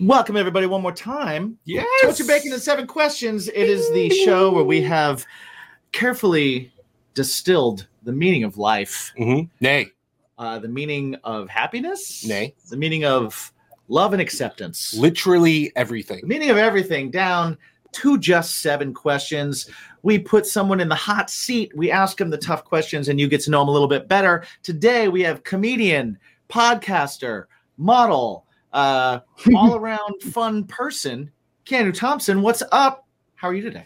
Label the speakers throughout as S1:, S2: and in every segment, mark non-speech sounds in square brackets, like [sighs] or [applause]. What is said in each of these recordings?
S1: Welcome, everybody, one more time.
S2: Yes.
S1: Toast Your Bacon and Seven Questions. It is the show where we have carefully distilled the meaning of life,
S2: Mhm. Nay.
S1: uh, the meaning of happiness,
S2: Nay.
S1: the meaning of love and acceptance,
S2: Literally
S1: the
S2: everything.
S1: meaning of everything down to just seven questions. We put someone in the hot seat, we ask them the tough questions, and you get to know them a little bit better. Today, we have comedian, podcaster, model,
S2: [laughs]
S1: uh, all around fun person, Keanu Thompson. What's up? How are you today?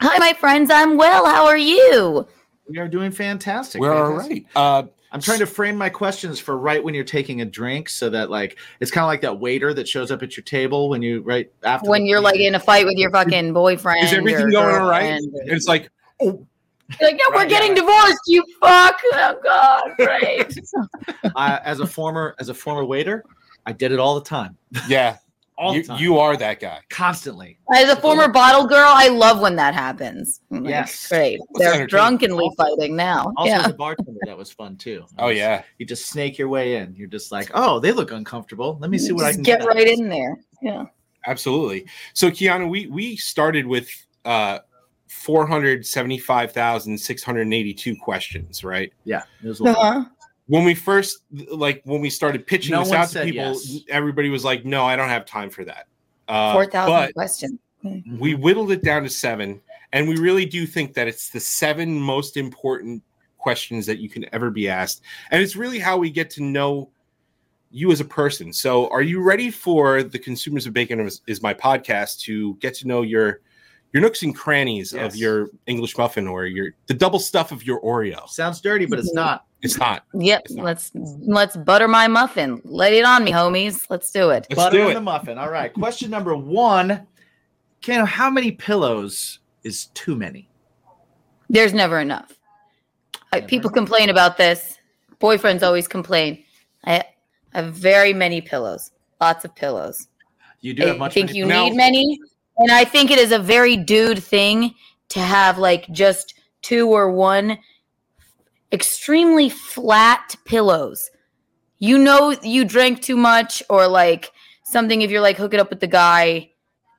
S3: Hi, my friends. I'm well. How are you?
S1: We are doing fantastic.
S2: We're all
S1: fantastic.
S2: right. Uh,
S1: I'm trying to frame my questions for right when you're taking a drink so that, like, it's kind of like that waiter that shows up at your table when you, right after.
S3: When you're like in a fight with your fucking boyfriend,
S2: is everything
S3: or
S2: going all right?
S3: girlfriend.
S2: And it's like, oh,
S3: You're like, no, we're
S1: Right,
S3: getting divorced. You fuck. Oh God, right?
S1: I, as a former as a former waiter, I did it all the time,
S2: yeah,
S1: [laughs] all
S2: you,
S1: the time,
S2: you are that guy.
S1: constantly.
S3: [laughs] As a former bottle girl, I love when that happens. I'm like,
S1: Yes.
S3: great.
S2: It's
S3: They're
S2: entertaining.
S3: drunkenly fighting now.
S1: Also,
S3: yeah.
S1: as a bartender, that was fun too.
S2: Oh yeah.
S1: you just snake your way in. You're just like, oh, they look uncomfortable. Let me see what I
S3: Just
S1: can
S3: get
S1: out of
S3: right
S1: this."
S3: in there. Yeah.
S2: Absolutely. So, Keanu, we we started with uh, four hundred seventy five thousand six hundred eighty two questions, right?
S1: Yeah, it was a lot.
S3: Uh-huh.
S2: When we first like when we started pitching
S1: No
S2: this
S1: one
S2: out to
S1: said
S2: people,
S1: yes.
S2: everybody was like, "No, I don't have time for that." Uh,
S3: Four thousand
S2: but
S3: questions.
S1: Mm-hmm.
S2: we whittled it down to seven, and we really do think that it's the seven most important questions that you can ever be asked, and it's really how we get to know you as a person. So, are you ready for the Consumers of Bacon is, is my podcast to get to know your your nooks and crannies
S1: Yes.
S2: of your English muffin or your the double stuff of your Oreo?
S1: Sounds dirty, but it's
S3: Mm-hmm.
S1: not.
S2: It's not.
S3: Yep.
S2: It's not-
S3: Let's let's butter my muffin. Let it on me, homies. Let's do it.
S2: Let's
S1: Butter
S2: do
S1: on
S2: it.
S1: the muffin. All right. Question number one. Can how many pillows is too many?
S3: There's never enough. I-
S1: Never
S3: people complain about this. Boyfriends always complain. I have very many pillows, lots of pillows.
S1: You do have
S3: I
S1: much.
S3: think
S1: many
S3: you
S1: pillows.
S2: Now-
S3: need many. And I think it is a very dude thing to have like just two or one extremely flat pillows. You know, you drank too much, or like something if you're like hooking up with the guy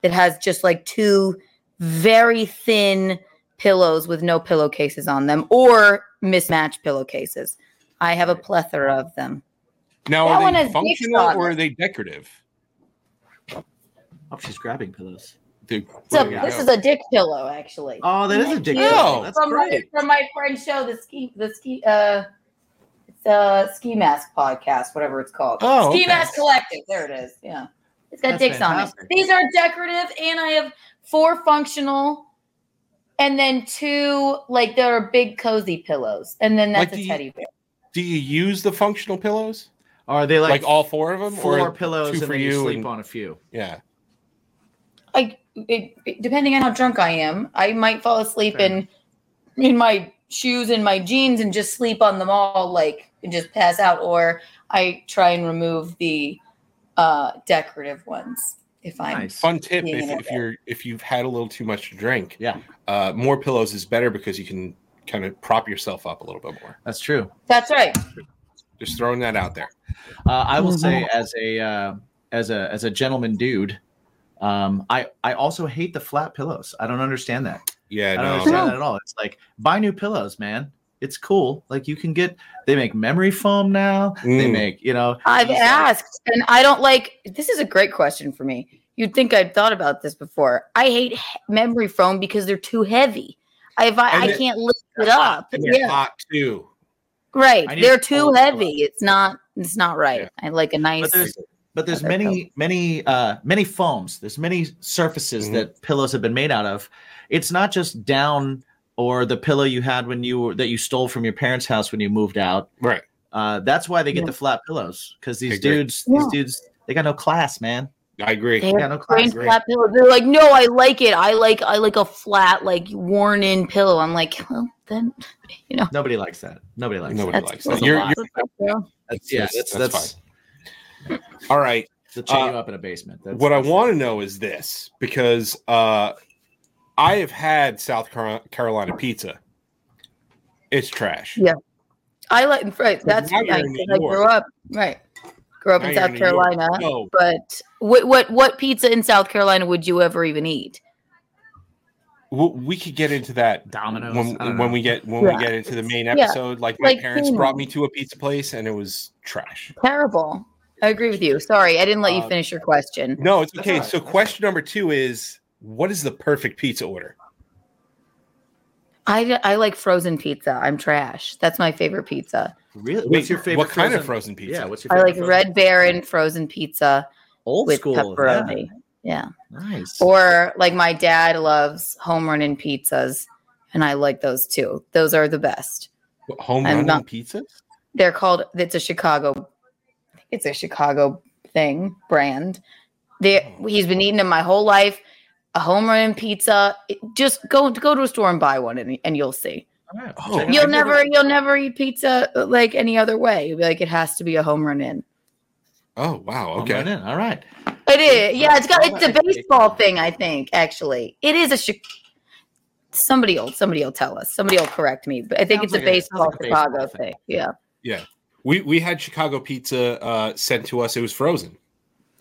S3: that has just like two very thin pillows with no pillowcases on them or mismatched pillowcases. I have a plethora of them.
S2: Now,
S3: That
S2: are
S3: one has
S2: they
S3: dicks
S2: functional
S3: on
S2: or
S3: it.
S2: are they decorative?
S1: Oh, she's grabbing pillows.
S2: They-
S3: So
S2: there you
S3: this
S2: go.
S3: is a dick pillow, actually.
S1: Oh, that is a dick.
S3: Yeah.
S1: pillow. That's
S3: from
S1: great.
S3: my from my friend show, the ski the ski uh it's a ski mask podcast, whatever it's called.
S2: Oh,
S3: ski
S2: okay.
S3: mask collective. There it is. Yeah. It's got
S1: That's
S3: dicks on
S1: fantastic.
S3: it. These are decorative and I have four functional and then two like there are big cozy pillows. And then
S2: Like,
S3: that's
S2: do
S3: a
S2: you-
S3: teddy bear.
S2: Do you use the functional pillows?
S1: Are they
S2: Like,
S1: like,
S2: all four of them?
S1: four
S2: or
S1: pillows
S2: two
S1: and
S2: for
S1: then you,
S2: you
S1: sleep
S2: and-
S1: on a few?
S2: Yeah.
S3: I it, it- depending on how drunk I am, I might fall asleep in in my shoes and my jeans and just sleep on them all, like and just pass out. Or I try and remove the uh, decorative ones if I'm.
S1: Nice.
S2: Fun tip:
S3: Yeah,
S2: if,
S3: yeah.
S2: if you're if you've had a little too much to drink,
S1: Yeah.
S2: uh, more pillows is better because you can kind of prop yourself up a little bit more.
S1: That's true.
S3: That's right.
S2: Just throwing that out there.
S1: Uh, I will say, as a uh, as a as a gentleman dude, um, I I also hate the flat pillows. I don't understand that.
S2: Yeah,
S1: I don't
S2: no,
S1: understand that at all. It's like buy new pillows, man. It's cool. Like you can get. They make memory foam now. They
S2: Mm.
S1: make you know.
S3: I've
S1: Just like-
S3: asked, and I don't like. This is a great question for me. You'd think I'd thought about this before. I hate he- memory foam because they're too heavy. I if I,
S2: And
S3: I
S2: it-
S3: can't lift it up.
S2: and they're
S3: Yeah.
S2: hot too.
S3: Right.
S1: I need
S3: They're
S1: to
S3: too
S1: follow that up.
S3: heavy. It's not it's not right.
S2: Yeah.
S3: I like a nice
S1: there's- But there's
S3: Other
S1: many many uh, many foams. There's many surfaces
S2: Mhm.
S1: that pillows have been made out of. It's not just down or the pillow you had when you were that you stole from your parents' house when you moved out.
S2: Right.
S1: Uh, that's why they get
S3: Yeah.
S1: the flat pillows because
S2: I
S1: these
S2: agree.
S1: dudes,
S3: Yeah.
S1: these dudes, they got no class, man.
S2: I agree.
S3: They
S1: They got no class.
S3: strange flat pillow. They're like, no, I like it. I like I like a flat, like worn in pillow. I'm like, well then
S1: Nobody likes that. Nobody likes
S2: Nobody
S1: that.
S3: that's,
S2: likes
S3: that's
S2: that.
S3: a
S2: You're-
S3: lot.
S1: That's, yeah,
S2: That's-
S1: that's
S2: that's
S1: that's,
S2: All right.
S1: they'll chain
S2: Uh,
S1: you up in a basement. That's,
S2: what I want to know is this because uh, I have had South Car- Carolina pizza. It's trash.
S3: Yeah. I like right. That's
S2: Now
S3: I,
S2: you're in New
S3: I grew
S2: York.
S3: up right. grew up
S2: Now
S3: in
S2: you're
S3: South
S2: in New York. Oh.
S3: Carolina.
S2: No,
S3: But what what what pizza in South Carolina would you ever even eat?
S2: w- we could get into that
S4: Dominoes. I
S2: when,
S4: don't
S2: when
S4: know.
S2: we get when
S3: Yeah.
S2: we get into the main
S3: Yeah.
S2: episode. Like my
S3: Like,
S2: parents
S3: you
S2: brought
S3: know.
S2: me to a pizza place and it was trash.
S3: Terrible. I agree with you. Sorry, I didn't let you
S2: Uh,
S3: finish your question.
S2: No, it's
S1: That's
S2: okay.
S1: all right.
S2: So question number two is what is the perfect pizza order?
S3: I, I like frozen pizza. I'm trash. That's my favorite pizza.
S1: Really? What's
S2: Wait,
S1: your favorite?
S2: What kind of frozen pizza?
S1: Yeah. What's your
S3: I
S1: favorite?
S3: like
S1: frozen?
S3: Red Baron frozen pizza
S1: old
S3: with
S1: school yeah.
S3: pepperoni. Yeah.
S1: Nice.
S3: Or like my dad loves home run and pizzas, and I like those too. Those are the best.
S2: What, home
S3: I'm
S2: run
S3: not-
S2: pizza?
S3: They're called. It's a Chicago. It's a Chicago thing brand. They, he's been eating them my whole life. A home run and pizza. It- just go go to a store and buy one, and, and you'll see.
S1: All right.
S2: Oh,
S1: Check it
S3: You'll
S1: out.
S3: never, you'll never eat pizza uh, like any other way. You'll be like, it has to be a home run in.
S2: Oh wow.
S1: Home
S2: Okay.
S1: run in. All right.
S3: It is. Yeah, it's got.
S1: Well,
S3: It's a
S1: I-
S3: baseball thing, I think. Actually, it is a. Chi- somebody will. Somebody will tell us. Somebody will correct me. But I think
S1: Sounds
S3: it's
S1: like
S3: a
S1: a- sounds
S3: baseball
S1: like a baseball
S3: Chicago
S1: thing.
S3: thing. Yeah.
S2: We we had Chicago pizza uh, sent to us. It was frozen.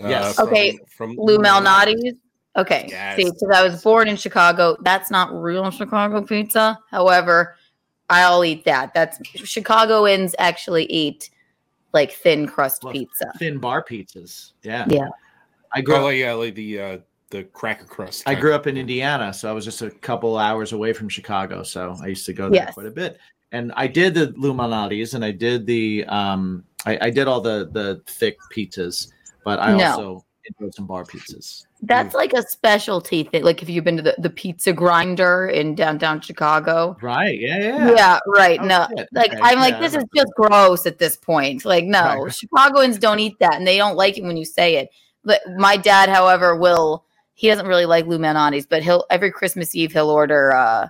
S2: Uh,
S1: Yes.
S3: Okay,
S2: From
S3: Lou Malnati's. Okay.
S2: Yes.
S3: See, because I was born in Chicago. That's not real Chicago pizza. However, I'll eat that. That's Chicagoans actually eat like thin crust
S1: Love-
S3: pizza.
S1: Thin bar pizzas. Yeah.
S3: Yeah.
S1: I grew
S2: Oh,
S1: up
S2: like, yeah, like the uh, the cracker crust.
S1: I
S2: kind
S1: grew
S2: of-
S1: up in Indiana, so I was just a couple hours away from Chicago. So I used to go there
S3: Yes.
S1: quite a bit. And I did the Luminati's and I did the um I, I did all the the thick pizzas, but I
S3: No.
S1: also enjoyed some bar pizzas.
S3: That's like a specialty thing. Like if you've been to the, the pizza grinder in downtown Chicago.
S1: Right. Yeah,
S3: Yeah,
S1: yeah.
S3: right.
S1: Oh,
S3: no,
S1: shit.
S3: like
S1: Okay,
S3: I'm like
S1: yeah,
S3: this
S1: I
S3: is just gross at this point. Like no,
S1: Right, right.
S3: Chicagoans don't eat that, and they don't like it when you say it. But my dad, however, will he doesn't really like Lou Malnati's, but he'll every Christmas Eve he'll order uh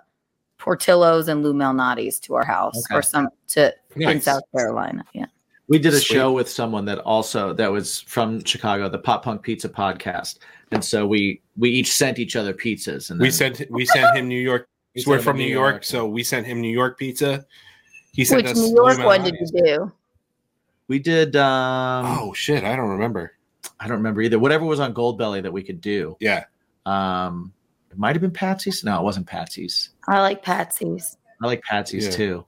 S3: Portillo's and Lou Malnati's to our house
S1: Okay.
S3: or some to in
S2: Nice.
S3: South Carolina. Yeah,
S1: We did a
S2: Sweet.
S1: show with someone that also that was from Chicago, the Pop Punk Pizza podcast. And so we we each sent each other pizzas and
S2: We
S1: then-
S2: sent we sent him New York.
S1: We
S2: we're
S1: sent him
S2: from
S1: to
S2: New
S1: New
S2: York,
S1: York.
S2: so we sent him New York pizza. He sent
S3: which
S2: us
S3: New York
S2: Lou
S3: one did
S2: Malnati's.
S3: you do?
S1: we did um
S2: Oh shit, I don't remember.
S1: I don't remember either. Whatever was on Gold Belly that we could do.
S2: Yeah.
S1: Um it might have been Patsy's. No, it wasn't Patsy's.
S3: I like Patsy's.
S1: I like Patsy's
S2: Yeah.
S1: too.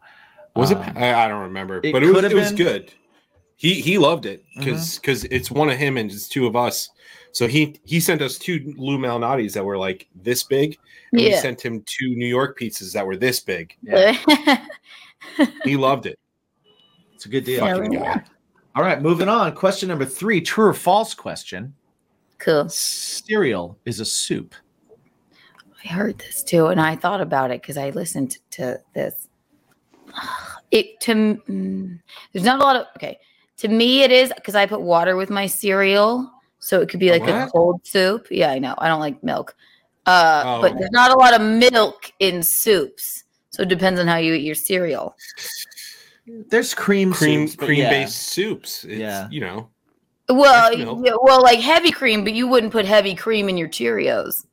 S2: Was
S1: Um,
S2: it? Uh, I, I don't remember,
S1: it
S2: but it was,
S1: could've
S2: it was
S1: been. Uh-huh.
S2: good. He he loved it because it's one of him and it's two of us. So he he sent us two Lou Malnati's that were like this big. And We
S3: Yeah.
S2: sent him two New York pizzas that were this big.
S1: Yeah,
S3: [laughs]
S2: He loved it.
S1: it's a good deal.
S2: Fucking
S3: Yeah.
S2: guy.
S1: All right, moving on. Question number three: True or false? Question:
S3: [laughs] cool.
S1: Cereal is a soup.
S3: I heard this too, and I thought about it because I listened to this. [sighs] It to m- mm, there's not a lot of okay. To me, it is because I put water with my cereal, so it could be
S2: A
S3: like a
S2: what?
S3: cold soup. Yeah, I know. I don't like milk, uh,
S2: Oh,
S3: but
S2: okay.
S3: there's not a lot of milk in soups, so it depends on how you eat your cereal.
S1: There's cream,
S2: Cream
S1: soups, but
S2: cream
S1: yeah.
S2: based soups. It's,
S1: Yeah.
S2: you know.
S3: Well,
S2: That's milk.
S3: yeah, well, like heavy cream, but you wouldn't put heavy cream in your Cheerios.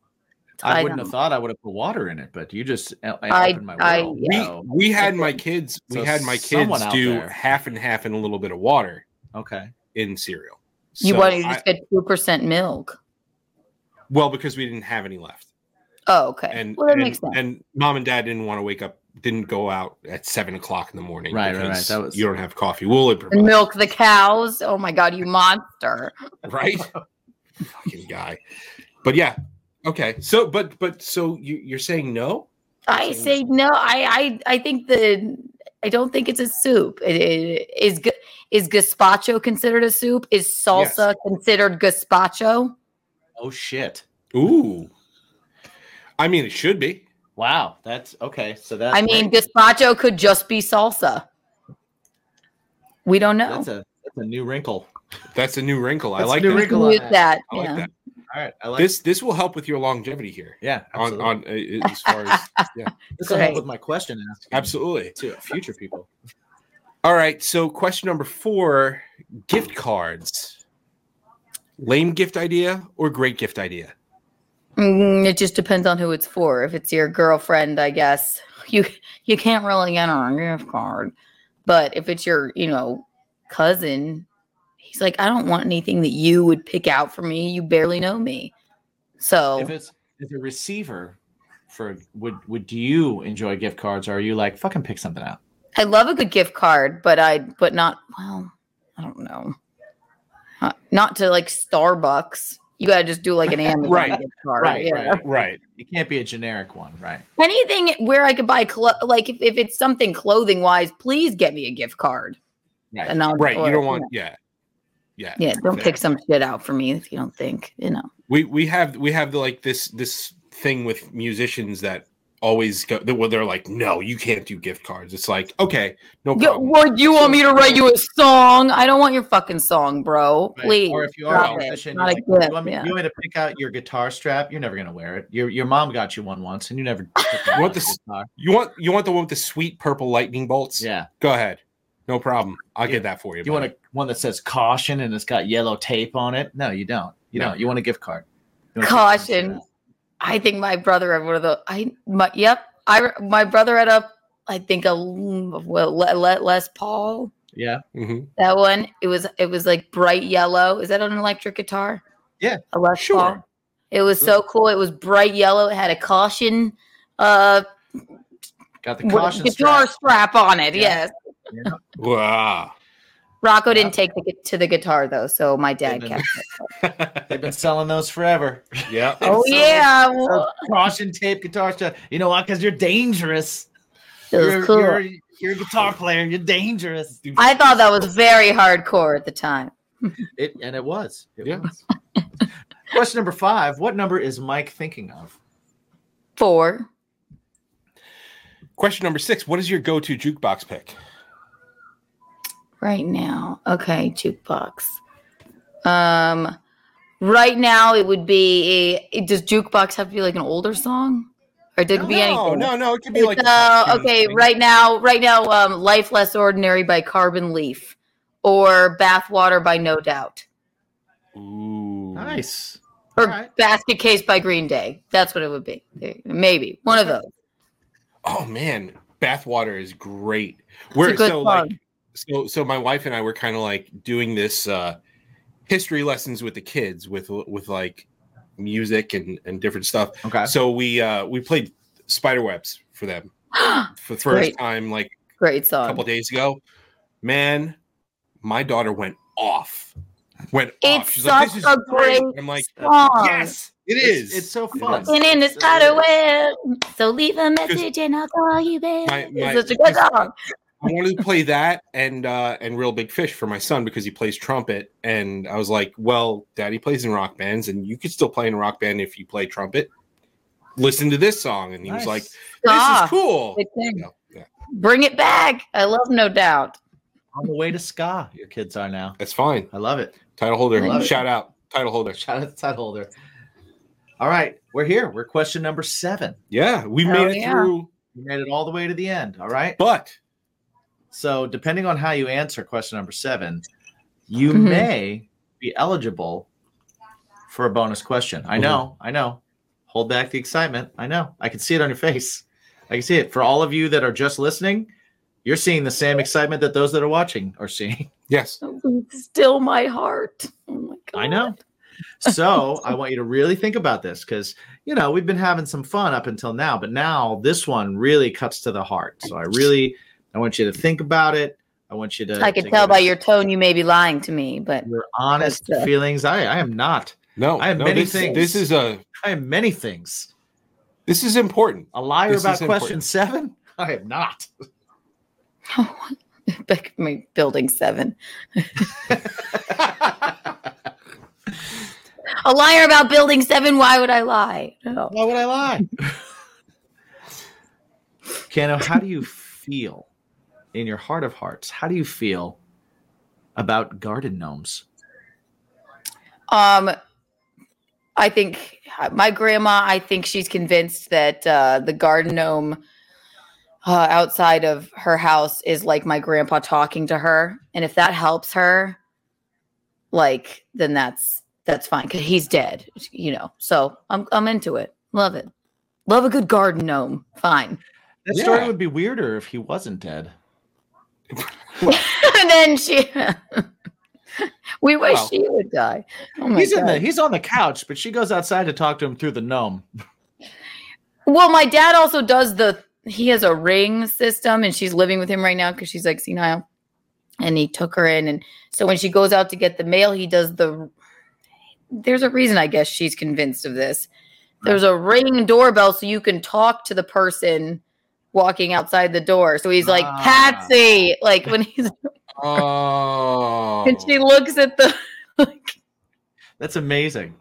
S1: I,
S3: I
S1: wouldn't
S3: don't-
S1: have thought I would have put water in it, but you just I,
S3: I-
S1: opened my
S3: I-
S1: world. Oh,
S2: We,
S1: So,
S2: we
S1: [laughs]
S2: had my kids we
S1: So
S2: had my
S1: someone
S2: kids
S1: out
S2: do
S1: there.
S2: half and half and a little bit of water
S1: okay.
S2: in cereal.
S3: You
S2: So
S3: want to
S2: I-
S3: just get two percent milk.
S2: well because we didn't have any left.
S3: Oh, okay.
S2: and
S3: well, that
S2: and,
S3: makes sense.
S2: and mom and dad didn't want to wake up didn't go out at seven o'clock in the morning
S1: Right, right, right.
S2: because
S1: That was-
S2: you don't have coffee we'll
S3: and
S2: improvise
S3: milk the cows. Oh my god, you monster!
S2: [laughs] right fucking guy but yeah okay so but but so you, you're saying no
S3: I say no. I I I think the I don't think it's a soup. It, it, is gu- is gazpacho considered a soup? Is salsa considered gazpacho?
S1: Oh shit!
S2: ooh i mean it should be
S1: Wow, that's okay. So that's
S3: I mean, gazpacho could just be salsa. We don't know.
S1: that's a that's a new wrinkle.
S2: that's a new wrinkle i
S1: That's a
S2: like
S1: new
S2: that.
S3: We
S1: wrinkle
S3: can
S1: on
S3: use
S1: that.
S3: that.
S2: i like
S3: yeah.
S2: that
S1: All right, I like
S2: this this will help with your longevity here
S1: Yeah,
S2: on
S1: absolutely.
S2: on uh, as far
S1: [laughs]
S2: as yeah
S1: this will help
S3: Great.
S1: with my question and ask
S2: absolutely
S1: to future people.
S2: All right. So, question number four gift cards. Lame gift idea or great gift idea?
S3: Mm, it just depends on who it's for. If it's your girlfriend, I guess you you can't really get her a gift card. But if it's your, you know, cousin He's like, I don't want anything that you would pick out for me. You barely know me. So
S1: If it's as a receiver for would would you enjoy gift cards or are you like fucking pick something out?
S3: I love a good gift card, but I but not well, I don't know. Not, not to like Starbucks. You gotta just do like
S1: [laughs]
S3: an Amazon
S2: Right,
S3: gift card.
S1: right,
S3: yeah.
S1: right.
S2: Right.
S1: It can't be a generic one, right?
S3: Anything where I could buy clo- like if, if it's something clothing wise, please get me a gift card.
S1: Right.
S3: And I'll,
S2: Right. You
S3: or-
S2: don't want yeah. Yeah.
S3: Yeah, don't
S2: Yeah.
S3: pick some shit out for me if you don't think, you know.
S2: We we have we have the, like this this thing with musicians that always go that well, they're like, no, you can't do gift cards. It's like, okay, no
S3: Yeah,
S2: problem.
S3: what you want me to write you a song? I don't want your fucking song, bro.
S1: Right.
S3: Please.
S1: Or if you are
S3: stop
S1: a
S3: it.
S1: musician,
S3: Not a
S1: you're like,
S3: gift,
S1: you, want me,
S3: yeah.
S1: you want me to pick out your guitar strap? You're never gonna wear it. Your your mom got you one once, and you never. took
S2: You
S1: one
S2: want
S1: out of
S2: this-
S1: the guitar.
S2: You want you want the one with the sweet purple lightning bolts?
S1: Yeah,
S2: Go ahead. No problem. I'll
S1: Yeah.
S2: get that for you.
S1: you want a one that says caution and it's got yellow tape on it? No, you don't. You
S2: No.
S1: don't. You want a gift card. You want a gift card for
S3: caution.
S1: that.
S3: I think my brother had one of the. I my yep. I re- my brother had a. I think a well Le- Le- Les Paul.
S1: Yeah,
S2: hmm
S3: That one. It was it was like bright yellow. Is that an electric guitar?
S1: Yeah,
S3: a Les
S2: sure.
S3: Paul. It was so cool. It was bright yellow. It had a caution uh
S1: got the
S3: with a
S1: caution
S3: guitar
S1: strap.
S3: strap. on it.
S1: Yeah.
S3: Yes.
S2: [laughs]
S1: [laughs]
S2: Wow.
S3: Rocco didn't
S1: Yeah.
S3: take the, gu- to the guitar though, so my dad
S1: Didn't.
S3: kept
S1: [laughs]
S3: it.
S1: They've been selling those forever.
S2: yeah.
S3: Oh
S1: so
S3: yeah,
S1: Those
S3: well,
S1: caution tape guitar strap. You know why? Because you're dangerous.
S3: it was
S1: you're,
S3: cool.
S1: you're, you're a guitar player. You're dangerous.
S3: I thought that was very hardcore at the time.
S1: It and it was. It
S2: Yeah.
S1: was. Question number five. What number is Mike thinking of?
S3: Four.
S2: Question number six. What is your go-to jukebox pick?
S3: right now okay jukebox um right now it would be it, does jukebox have to be like an older song or did it be
S2: no,
S3: anything
S2: no, no. It could be
S3: It's,
S2: like
S3: uh, okay
S2: right.
S3: right now right now um life less ordinary by carbon leaf or bathwater by no doubt
S2: Ooh.
S1: Nice.
S3: or
S1: Alright.
S3: basket case by green day that's what it would be There- maybe one of those
S2: Oh man, bathwater is great.
S3: it's
S2: We're
S3: a good
S2: so
S3: song
S2: like so so my wife and I were kind of like doing this uh history lessons with the kids with with like music and and different stuff.
S1: Okay.
S2: So we uh we played Spiderwebs for them for the first
S3: Great.
S2: time like
S3: [gasps] great
S2: a
S3: song
S2: couple days ago. Man, my daughter went off. Went off.
S3: It's such a great
S2: And I'm like,
S3: song.
S2: yes, it
S1: It's-
S2: is.
S1: It's, so fun.
S3: And in
S1: It's-
S3: this other world, so leave a message and I'll call you back.
S2: My- my-
S3: It's such a good song.
S2: I wanted to play that and uh and Real Big Fish for my son because he plays trumpet. And I was like, Well, daddy plays in rock bands, and you could still play in a rock band if you play trumpet. Listen to this song. And he was
S1: Nice.
S2: like, This
S3: Ah,
S2: is cool.
S3: good thing.
S2: Yeah, yeah,
S3: Bring it back. I love No Doubt.
S1: on the way to ska, your kids are now.
S2: that's fine.
S1: I love it. [laughs]
S2: Title holder.
S3: I love it.
S2: Shout out. Title holder.
S1: Shout out to Todd Holder. All right, we're here. We're question number seven.
S2: Yeah, we
S3: Hell
S2: made it
S3: yeah.
S2: through.
S1: We made it all the way to the end. All right.
S2: But
S1: So, depending on how you answer question number seven, you
S3: Mhm.
S1: may be eligible for a bonus question. I know,
S3: Mm-hmm.
S1: I know. Hold back the excitement. I know. I can see it on your face. I can see it. For all of you that are just listening, you're seeing the same excitement that those that are watching are seeing. [laughs]
S2: yes.
S3: Still my heart. Oh my God.
S1: I know. So I want you to really think about this because you know we've been having some fun up until now, but now this one really cuts to the heart. So I really I want you to think about it. I want you to
S3: I could
S1: to
S3: tell
S1: give
S3: by
S1: us
S3: your tone you may be lying to me,
S1: [laughs]
S3: but [laughs]
S1: your honest
S3: That's, uh,
S1: feelings. I I am not.
S2: No,
S1: I have
S2: no,
S1: many
S2: this,
S1: things.
S2: This is a
S1: I am many things.
S2: this is important.
S1: A liar
S2: This
S1: about
S2: is
S1: question
S2: important.
S1: seven. I am not. [laughs]
S3: back in my building seven. A liar about building seven. Why would I lie? No.
S1: Why would I lie? [laughs] Kano, how do you feel in your heart of hearts? How do you feel about garden gnomes?
S3: Um, I think uh, my grandma. I think she's convinced that uh, the garden gnome uh, outside of her house is like my grandpa talking to her, and if that helps her, like then that's that's fine because he's dead, you know. So I'm I'm into it. Love it. Love a good garden gnome. Fine. [laughs]
S1: That
S2: Yeah.
S1: story would be weirder if he wasn't dead.
S3: and then she [laughs] We wish
S2: Well.
S3: she would die. Oh my
S1: he's in
S3: god.
S1: the he's on the couch, but she goes outside to talk to him through the gnome.
S3: well, my dad also does the he has a ring system and she's living with him right now because she's like senile. And he took her in and so when she goes out to get the mail, he does the there's a reason I guess she's convinced of this. There's a ring doorbell so you can talk to the person walking outside the door. So he's like,
S1: Ah.
S3: Patsy, like when he's
S2: Oh.
S3: and she looks at the
S1: That's amazing.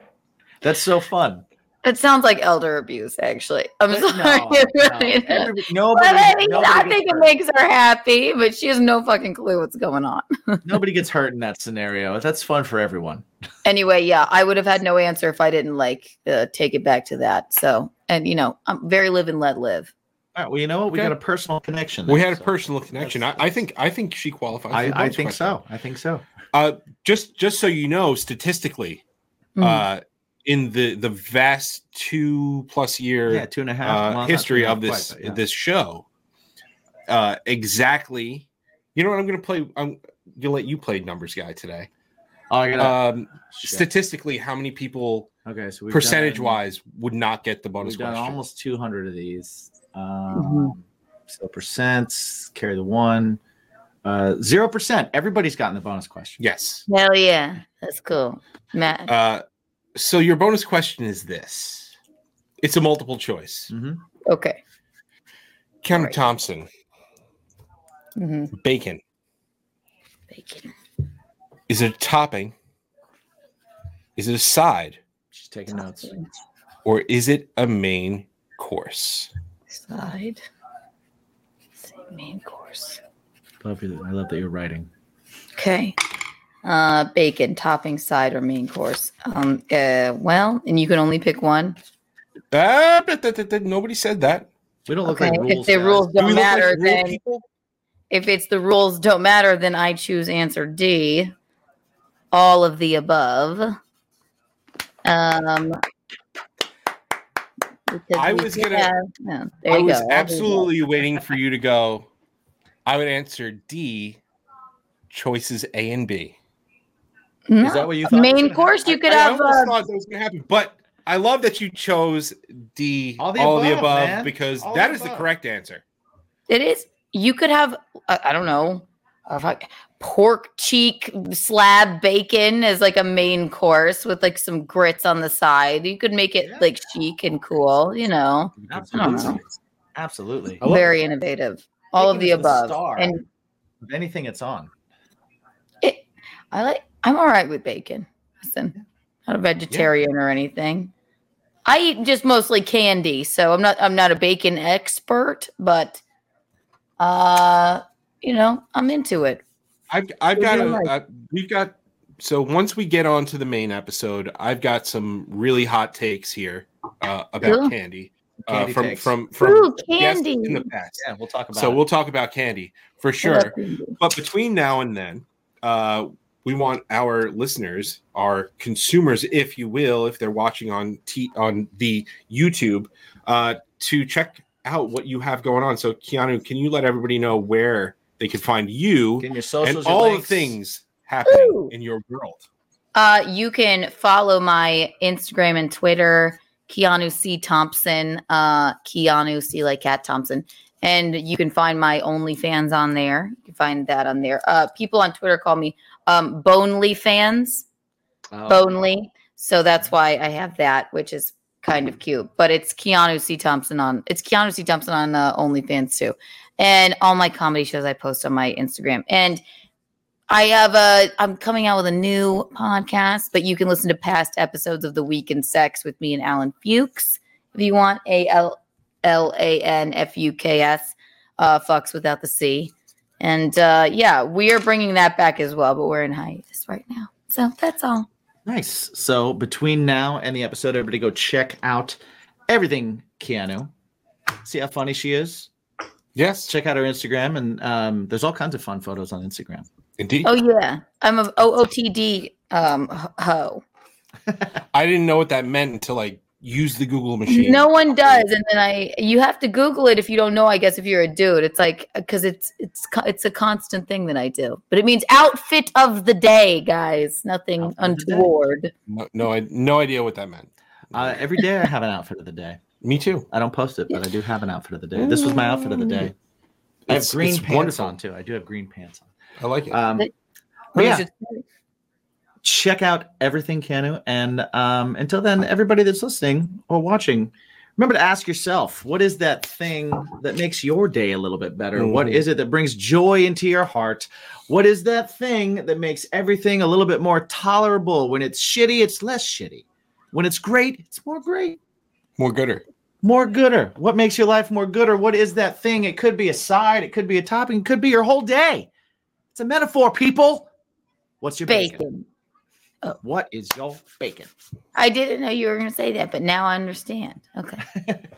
S1: [laughs] That's so [laughs] fun.
S3: It sounds like elder abuse, actually. I'm
S1: But
S3: sorry.
S1: no,
S3: [laughs] it
S1: no,
S3: really does.
S1: everybody-
S3: But
S1: nobody,
S3: I think,
S1: nobody
S3: I
S1: gets
S3: think it
S1: hurt.
S3: makes her happy, but she has no fucking clue what's going on.
S1: Nobody gets hurt in that scenario. That's fun for everyone.
S3: Anyway, yeah, I would have had no answer if I didn't like uh, take it back to that. So, and you know, I'm very live and let live.
S1: All right. Ah, Well, you know what? We
S2: Okay.
S1: got a personal connection.
S2: we
S1: there,
S2: had a
S1: so
S2: personal connection. I, I think I think she qualifies. for the
S1: I, I
S2: bonus
S1: think
S2: question.
S1: so. I think so.
S2: Uh, just just so you know, statistically,
S1: Mm.
S3: Mhm.
S2: uh, in the the vast two plus year
S1: Yeah, two and a half. well,
S2: uh,
S1: not
S2: history
S1: two and a
S2: of
S1: half,
S2: this
S1: quite, but yeah.
S2: this show, uh, exactly. You know what? I'm gonna play. I'm gonna let you play numbers guy today.
S1: Oh, I gotta-
S2: Um,
S1: shit.
S2: statistically, how many people
S1: okay, so we've
S2: percentage
S1: done-
S2: wise would not get the bonus
S1: We've done
S2: question?
S1: almost 200 of these.
S3: Mm-hmm.
S1: Um, So percents, carry the one. Uh, Zero percent. Everybody's gotten the bonus question.
S2: yes.
S3: Hell yeah, that's cool, Matt.
S2: Uh, so your bonus question is this. It's a multiple choice.
S1: Mhm.
S2: Uh,
S3: okay,
S2: Ken
S3: Right.
S2: Thompson,
S3: Mhm.
S2: bacon
S3: Bacon.
S2: is it a topping? Is it a side?
S1: She's taking notes.
S2: or is it a main course?
S3: Side. Same Main course.
S1: Love you. I love that you're writing.
S3: Okay. Uh, bacon topping side or main course. Um, uh, well, and you can only pick one.
S2: Ah, but that- that- that- nobody said that.
S1: We don't look
S3: Okay.
S1: like
S3: If
S1: rules.
S3: the
S1: guys.
S3: rules
S2: Do we
S3: don't
S2: look like
S3: matter,
S2: real
S3: then
S2: people?
S3: if it's the rules don't matter, then I choose answer D. All of the above. Um, because
S2: I
S3: we
S2: was
S3: do
S2: gonna-
S3: have- no, there
S2: I
S3: you
S2: was
S3: go.
S2: absolutely waiting for you to go. I would answer D, choices A and B.
S3: No.
S1: Is that what you thought?
S3: Hmm? Mm-hmm. main course, you could
S2: I, I
S3: have.
S2: almost
S3: uh,
S2: thought that was going to happen, but I love that you chose D, all
S1: All
S2: the
S1: the
S2: above,
S1: above, man.
S2: because
S1: All
S2: that
S1: the
S2: is the
S1: above.
S2: correct answer.
S3: It is. You could have, uh, I don't know, uh, fuck, pork cheek slab bacon as like a main course with like some grits on the side. You could make it
S1: Yeah.
S3: like chic and cool, you know,
S1: Absolutely. Absolutely. I love
S3: very innovative. All of the
S1: Bacon is the
S3: above.
S1: star.
S3: And
S1: it. If anything, it's on.
S3: it, I like, I'm all right with bacon. Listen, not a vegetarian or anything. I eat just mostly candy, so I'm not I'm not a bacon expert, but uh, you know, I'm into it.
S2: I've I've
S3: Live
S2: got
S3: your
S2: a,
S3: life.
S2: uh, we've got so once we get on to the main episode, I've got some really hot takes here uh, about
S3: Cool.
S2: candy, uh,
S1: Candy
S2: from,
S1: takes.
S2: from from
S3: Ooh,
S2: guests
S3: candy.
S2: in the past.
S1: Yeah, we'll talk about.
S2: So
S1: it.
S2: we'll talk about candy for sure. But between now and then, uh, we want our listeners, our consumers, if you will, if they're watching on t- on the YouTube, uh, to check out what you have going on. So Keanu, can you let everybody know where they can find you?
S1: Get in your socials,
S2: and
S1: your
S2: all
S1: links.
S2: the things happening
S3: Ooh.
S2: in your world.
S3: Uh, you can follow my Instagram and Twitter, Keanu C Thompson, uh, Keanu C like Cat Thompson, and you can find my OnlyFans on there. You can find that on there. Uh, people on Twitter call me um, Bonely fans,
S1: Oh,
S3: Bonely, so that's why I have that, which is kind of cute. But it's Keanu C Thompson on it's Keanu C Thompson on uh, OnlyFans too, and all my comedy shows I post on my Instagram and. I have a I'm coming out with a new podcast, but you can listen to past episodes of The Week in Sex with me and Alan Fuchs if you want. A L L A N F U K S uh fucks without the C. And uh yeah, we are bringing that back as well, but we're in hiatus right now. So that's all.
S1: nice. So between now and the episode, everybody go check out everything Keanu. See how funny she is.
S2: Yes,
S1: Check out her Instagram, and um, there's all kinds of fun photos on Instagram.
S2: indeed.
S3: Oh yeah. I'm a OOTD um ho- ho.
S2: I didn't know what that meant until I use the Google machine.
S3: No one does, and then I you have to Google it if you don't know. I guess if you're a dude, it's like because it's it's co- it's a constant thing that I do. But it means outfit of the day, guys. Nothing
S1: Outfit of the day.
S3: untoward.
S2: No, no, I no idea what that meant.
S1: Uh, every day I have an outfit of the day.
S2: Me too.
S1: I don't post it, but I do have an outfit of the day. This was my outfit of the day. I have
S2: It's-
S1: green
S2: it's
S1: pants
S2: wonderful.
S1: on too. I do have green pants
S2: I like it.
S1: on. Um,
S3: That-
S1: but yeah, check out everything Canu. And um, until then, everybody that's listening or watching, remember to ask yourself what is that thing that makes your day a little bit better? What
S2: Mhm.
S1: is it that brings joy into your heart? What is that thing that makes everything a little bit more tolerable? When it's shitty, it's less shitty. When it's great, it's more great.
S2: More gooder.
S1: More gooder. What makes your life more gooder? What is that thing? It could be a side, it could be a topping, it could be your whole day. It's a metaphor, people. What's your bacon?
S3: Bacon.
S1: What is your bacon?
S3: I didn't know you were going to say that, but now I understand. Okay.